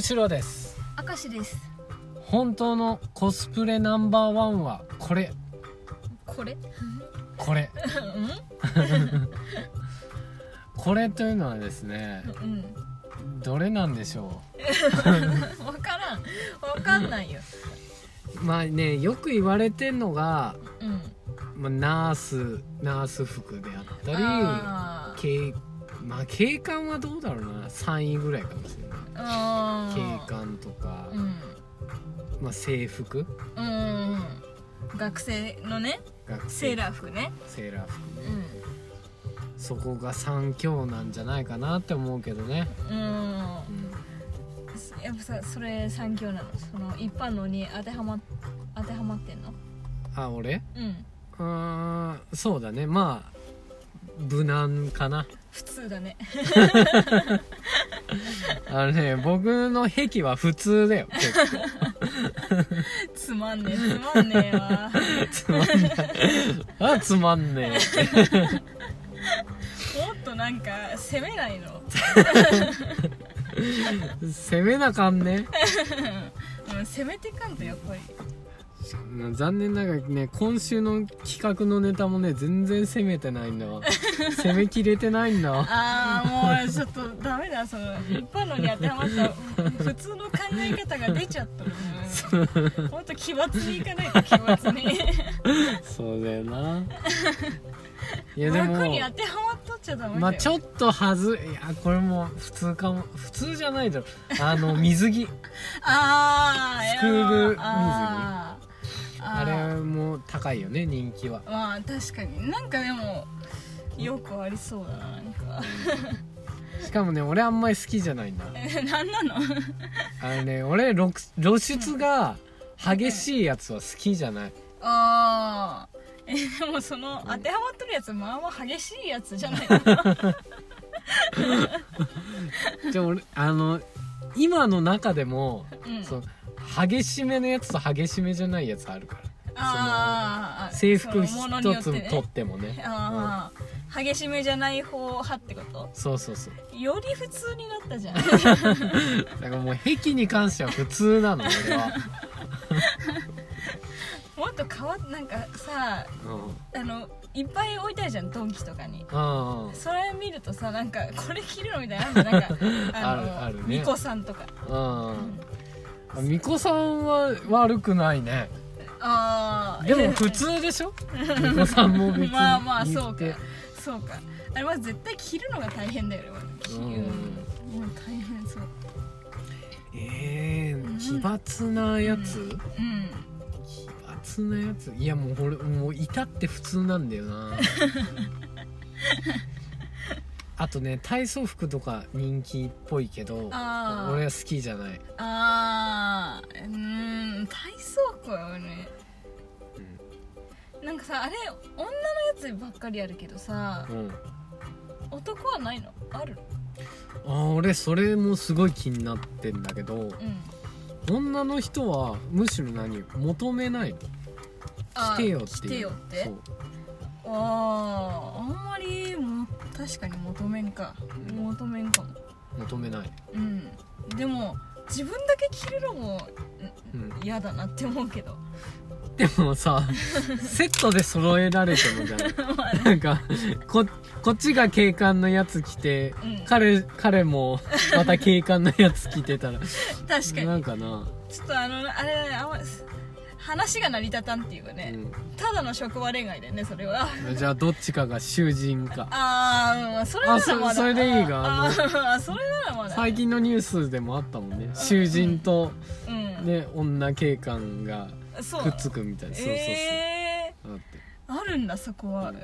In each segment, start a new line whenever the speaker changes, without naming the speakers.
シロです
明石です
本当のコスプレナンバーワンはこれ
これ
これ
う
これというのはですね
んうん
どれなんでしょ
分からん分かんないよ
うまあねよく言われてんのが、
うん
まあ、ナースナース服であった
あ
り警まあ警官はどうだろうな3位ぐらいかもしれない
ーあー
警官とか、
うん
まあ、制服
うんうん学生のね
学
セ
生
ーラー服ね
セーラー服
う
ね、
ん
そこが三強なんじゃないかなって思うけどね、
うん
うん
やっぱさそれ産業なのその一般のに当てはま当てはまってんの
あ俺
うん
うーんそうだねまあ無難かな
普通だね
あのね僕の癖は普通だよ 結構
つまんねえつまんねえわ
つまんないあつまんねえ
もっとなんか攻めないの
攻めなかんね
うん攻めていかんとやっぱり
残念ながらね今週の企画のネタもね全然攻めてないんだわ攻めきれてないんだわ
ああもうちょっとダメだその一般のに当てはまった普通の考え方が出ちゃったもうほんと奇抜にいかないと奇抜に
そうだよないやでも
枠に当てはまっとっちゃダメだよ、
まあちょっとはずいやこれも普通かも普通じゃないだろあの水着
あー
スクール水着
あー
あ
あー
れも高いよね人気は
まあ確かになんかでもよくありそうだななんか
しかもね俺あんまり好きじゃないんだ
なんなの
あのね俺露露出が激しいやつは好きじゃない
あーえでもその当てはまってるやつまあまあ激しいやつじゃない
じゃあ俺あの今の中でも、
うん
その激しめのやつと激しめじゃないやつあるから
あー
制服
そのものによ
一
っ
つ
て
取
ね
ってもね
ああ、激しめじゃない方派ってこと
うんそうそうそう
より普通になった じゃん
だからもう壁に関しては普通なの俺は、
もっと変わっなんかさ
うん
あのいっぱい置いたじゃんドンキとかに
あ
それ見るとさなんかこれ着るのみたいなのあるじゃんなんかあの
あるあるね
ミコさんとか
あうん巫女さんは悪くないね
ああ
でも普通でしょ巫女さんも別に
まあまあそうか
言って
そうかあれは絶対着るのが大変だよね着る
うん
もう大変そう
ええ奇抜なやつ、
う
奇
うん
抜なやついやもう俺もう至って普通なんだよ なあとね体操服とか人気っぽいけど
あー
俺は好きじゃない
ああうーん体操服はね、なんかさあれ女のやつばっかりやるけどさ
うん
男はないのある
あー俺それもすごい気になってんだけど
うん
女の人はむしろ何求めないの来
あー
てよっていう
来てよって
そう
あああんまりも確かに求めんか
うん
求めんかも
求めない、
うんでも自分だけ着るのも
うん、
嫌だなって思うけど
でもさセットで揃えられてもじゃない
ま あ
なんかここっちが警官のやつ着て、
うん
彼彼もまた警官のやつ着てたら
確か
な
に
んかな、
ちょっとあのあれだねあんま話が成り立たんっていうかね、ただの職場恋愛だよねそれは
うん、じゃあどっちかが囚人か
ああそれならまだ
あそそれでいいが
あーそれならまだ
最近のニュースでもあったもんね囚人と、
うん
ね女警官が
そう
くっつくみたいなそうそうそう、
え
だって
ー、あるんだそこは、
うん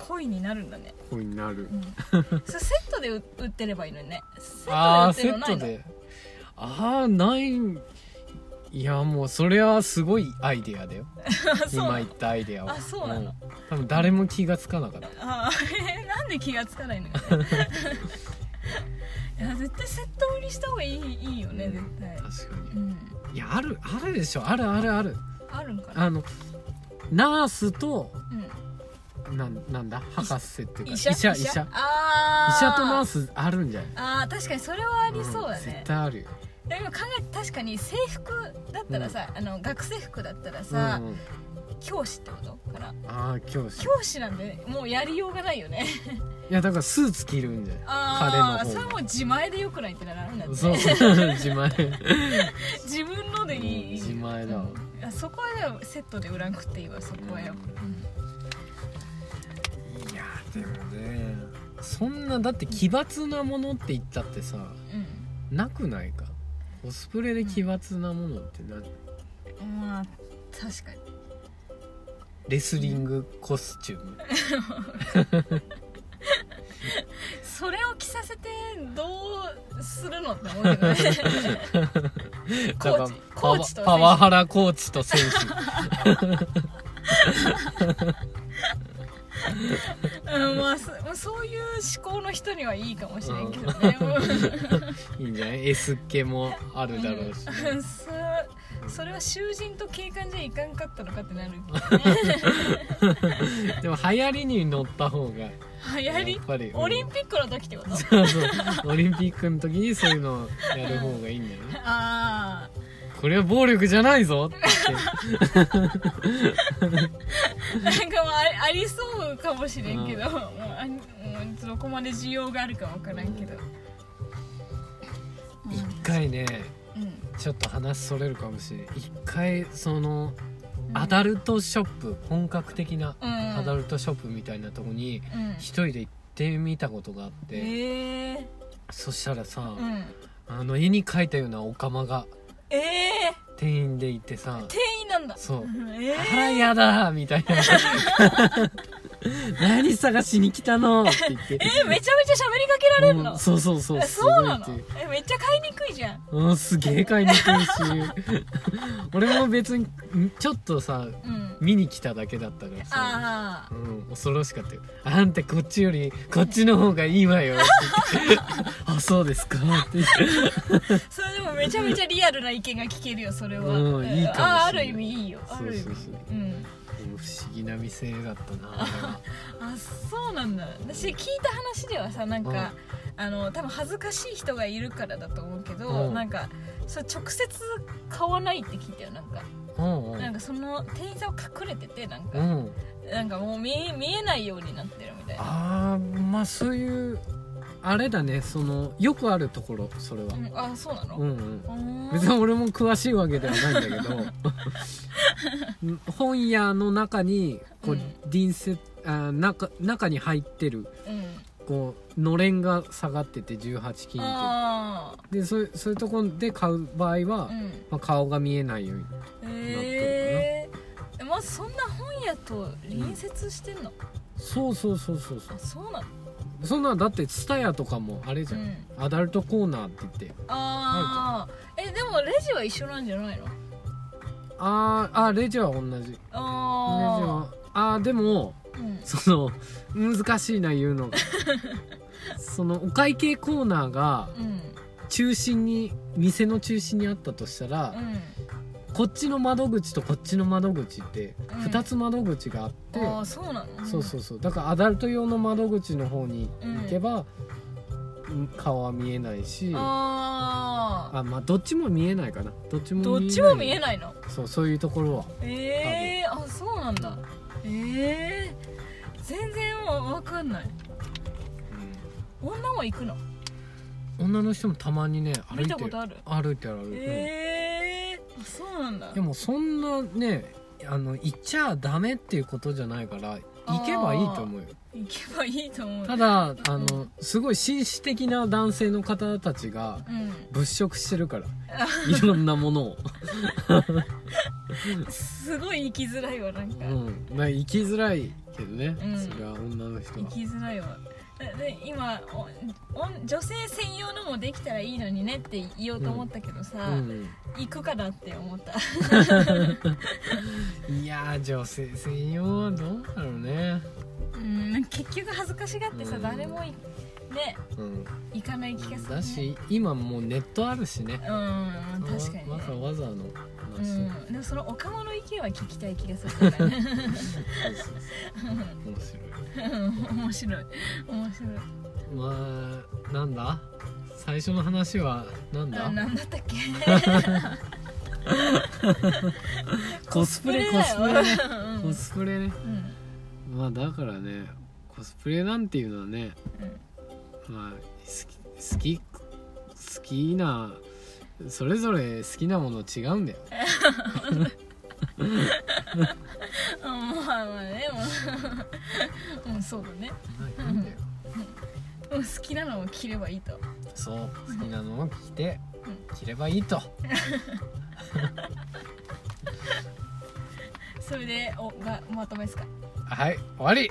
恋になるん だね、
こうになる
うん、それセットで売売ってればいいのにねセ
ああ
ッ
ー
トで
セ
売ってるの
ッ
ない
ト
の
でああないいやもうそれはすごいアイデアだよ
そう
今言ったアイデアは
あそうなの
ん多分誰も気がつかなかった
あー なんで気がつかないのか ねいや絶対セット売りした方がいいいいよね絶対
確か
うん
にいやあるあるでしょあるあるある
あるんかな
あのナースと
うん
なんなんだ博士っていうか
医者
医者医
医者
者
あ
医者とナー
ス
スあるんじゃない
あー確かにそれはありそうだ
ん絶
ね、
対あるよ
でも考え確かに制服だったらさ、あの学生服だったら
うん
さ、
うん
教師ってことから
ああ教師い
教師なんでもうやりようがないよね
やだからスーツ着るんじゃ
あ
ない
あ
彼
それ
の方
はもう自前でよくないってならんだって
がそうそう 自前
自分のでいい
自前だわ
うんあそこはでもセットで売らんくっていいわそこはよ、
いやでもねそんなだって奇抜なものって言ったってさ
うん
なくないかコスプレで奇抜なものってな
まあ確かに
レスリングコスチューム
それを着させてどうするのって思うけどね コ
だか
ーチ
ら
コーチと
パワパワハラコーチと選
うんまあそ そういう思考の人にはいいかもしれんけどね、
手いいんじゃない S 系もあるだろうし、
うんそそれは囚人と警官じゃいかんかったのかってなるけどね
でも流行りに乗った方が
流行り
やっぱり
オリンピックの時ってこと
そうそう オリンピックの時にそういうのをやる方がいいんだよね
ああ
これは暴力じゃないぞって
なんかもうありありそうかもしれんけど、もうあもうどこまで需要があるかわからんけど、
一回ね
うん
ちょっと話それるかもしれない一回そのアダルトショップ本格的な
うん
アダルトショップみたいなとこに
うん
一人で行ってみたことがあって
ええ
そしたらさ
うん
あの絵に描いたようなオカマが
ええ
店員でいてさ
店員なんだ
そう
え
「あ
え
らやだ」みたいな「何探しに来たの?」って言って
えめちゃめちゃ喋りかけられる
う
の
んそうそうそう
えそうなの
すごいって
えめっちゃ買いにくいじゃん
うんすげえ買いにくいし俺も別にんちょっとさ
うん
見に来ただけだったからさ
あ
うん、恐ろしかったよ「あんたこっちよりこっちの方がいいわよ」 って言って「あそうですか」って言って
あそれでもめちゃめちゃリアルな意見が聞けるよそれは
うんいいかもしれない
ああある意味いいよある意味
そうそうそう
うん
うん不思議な店だったなあれは
あそうなんだ私聞いた話ではさなんか、
うん
あの多分恥ずかしい人がいるからだと思うけど、
うん
なんかそれ直接買わないって聞いたよなんか、
うんう
なん
ん
かその店員さんを隠れててなんか、
うん
なんかもう見え見えないようになってるみたいな
ああまあそういうあれだねそのよくあるところそれは
うんあそうなの、
うんうん
うーん
別に俺も詳しいわけではないんだ けどうん本屋の中にこ
う
うん隣接あー中中に入ってる
うん
こうのれんが下がってて18金っ
あ
ていうでそういうそういうとこで買う場合は、
あうん
まあ、顔が見えないように
ええまずそんな本屋と隣接してんの、
そうそうそうそうそ
あそうなの
うそんなんだってツタヤとかもあれじゃん、
うん
アダルトコーナーって言って
ああえでもレジは一緒なんじゃないの
あーあーレジは同じ
あ
あーでも
あうん
その難しいな言う のがそのお会計コーナーが
うん
中心に店の中心にあったとしたら、
う
こっちの窓口とこっちの窓口って
うん
2つ窓口があって、
んああそうなの
そうそうそうだからアダルト用の窓口の方に行けば、うん顔は見えないしあ
ああ
まあどっちも見えないかなどっちも
どっちも見え
ない
ないの
そうそういうところは
ええあそうなんだええ全然わかんない女は行くの
女の人もたまにね歩い
見
て
たことある
歩いて歩いてる、
ええあそうなんだ
でもそんなねあの行っちゃダメっていうことじゃないから
あー
行けばいいと思うよ
行けばいいと思う
ただあのすごい紳士的な男性の方たちが
うん
物色してるからいろんなものを、
すごい行きづらいわなん
う
か、
ん、まあ行きづらいけどね、
うん
それは女の人
行
は
きづらいわでで今おお女性専用のもできたらいいのにねって言おうと思ったけどさ、
うん
行くかなって 思った
いやー女性専用はどうだろうね、
うん結局恥ずかしがってさ、
うん
誰もいね
うん、
行かない気がする、ね、
だし今もうネットあるしね
うん確かにね
わわざわざの
う
話、
ん、でもそのおかまの意見は聞きたい気がするか ら
そうそうそう面白い
うん面白い面白い
まあなんだ最初の話はなんだ
あなんだったっけ
コスプレコ
コ
ス
ス
プ
プ
レね
レだよ うん
コスプレね
うん
まあだからねコスプレなんていうのはね
うん
まあ好き好き好きなそれぞれ好きなもの違うんだよ
あまあまあねもううんそうだね
なんだよ
もう好きなのを着ればいいと
そう好きなのを着て着ればいいと
それでおがまとめですか
はい終わり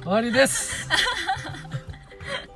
終わりです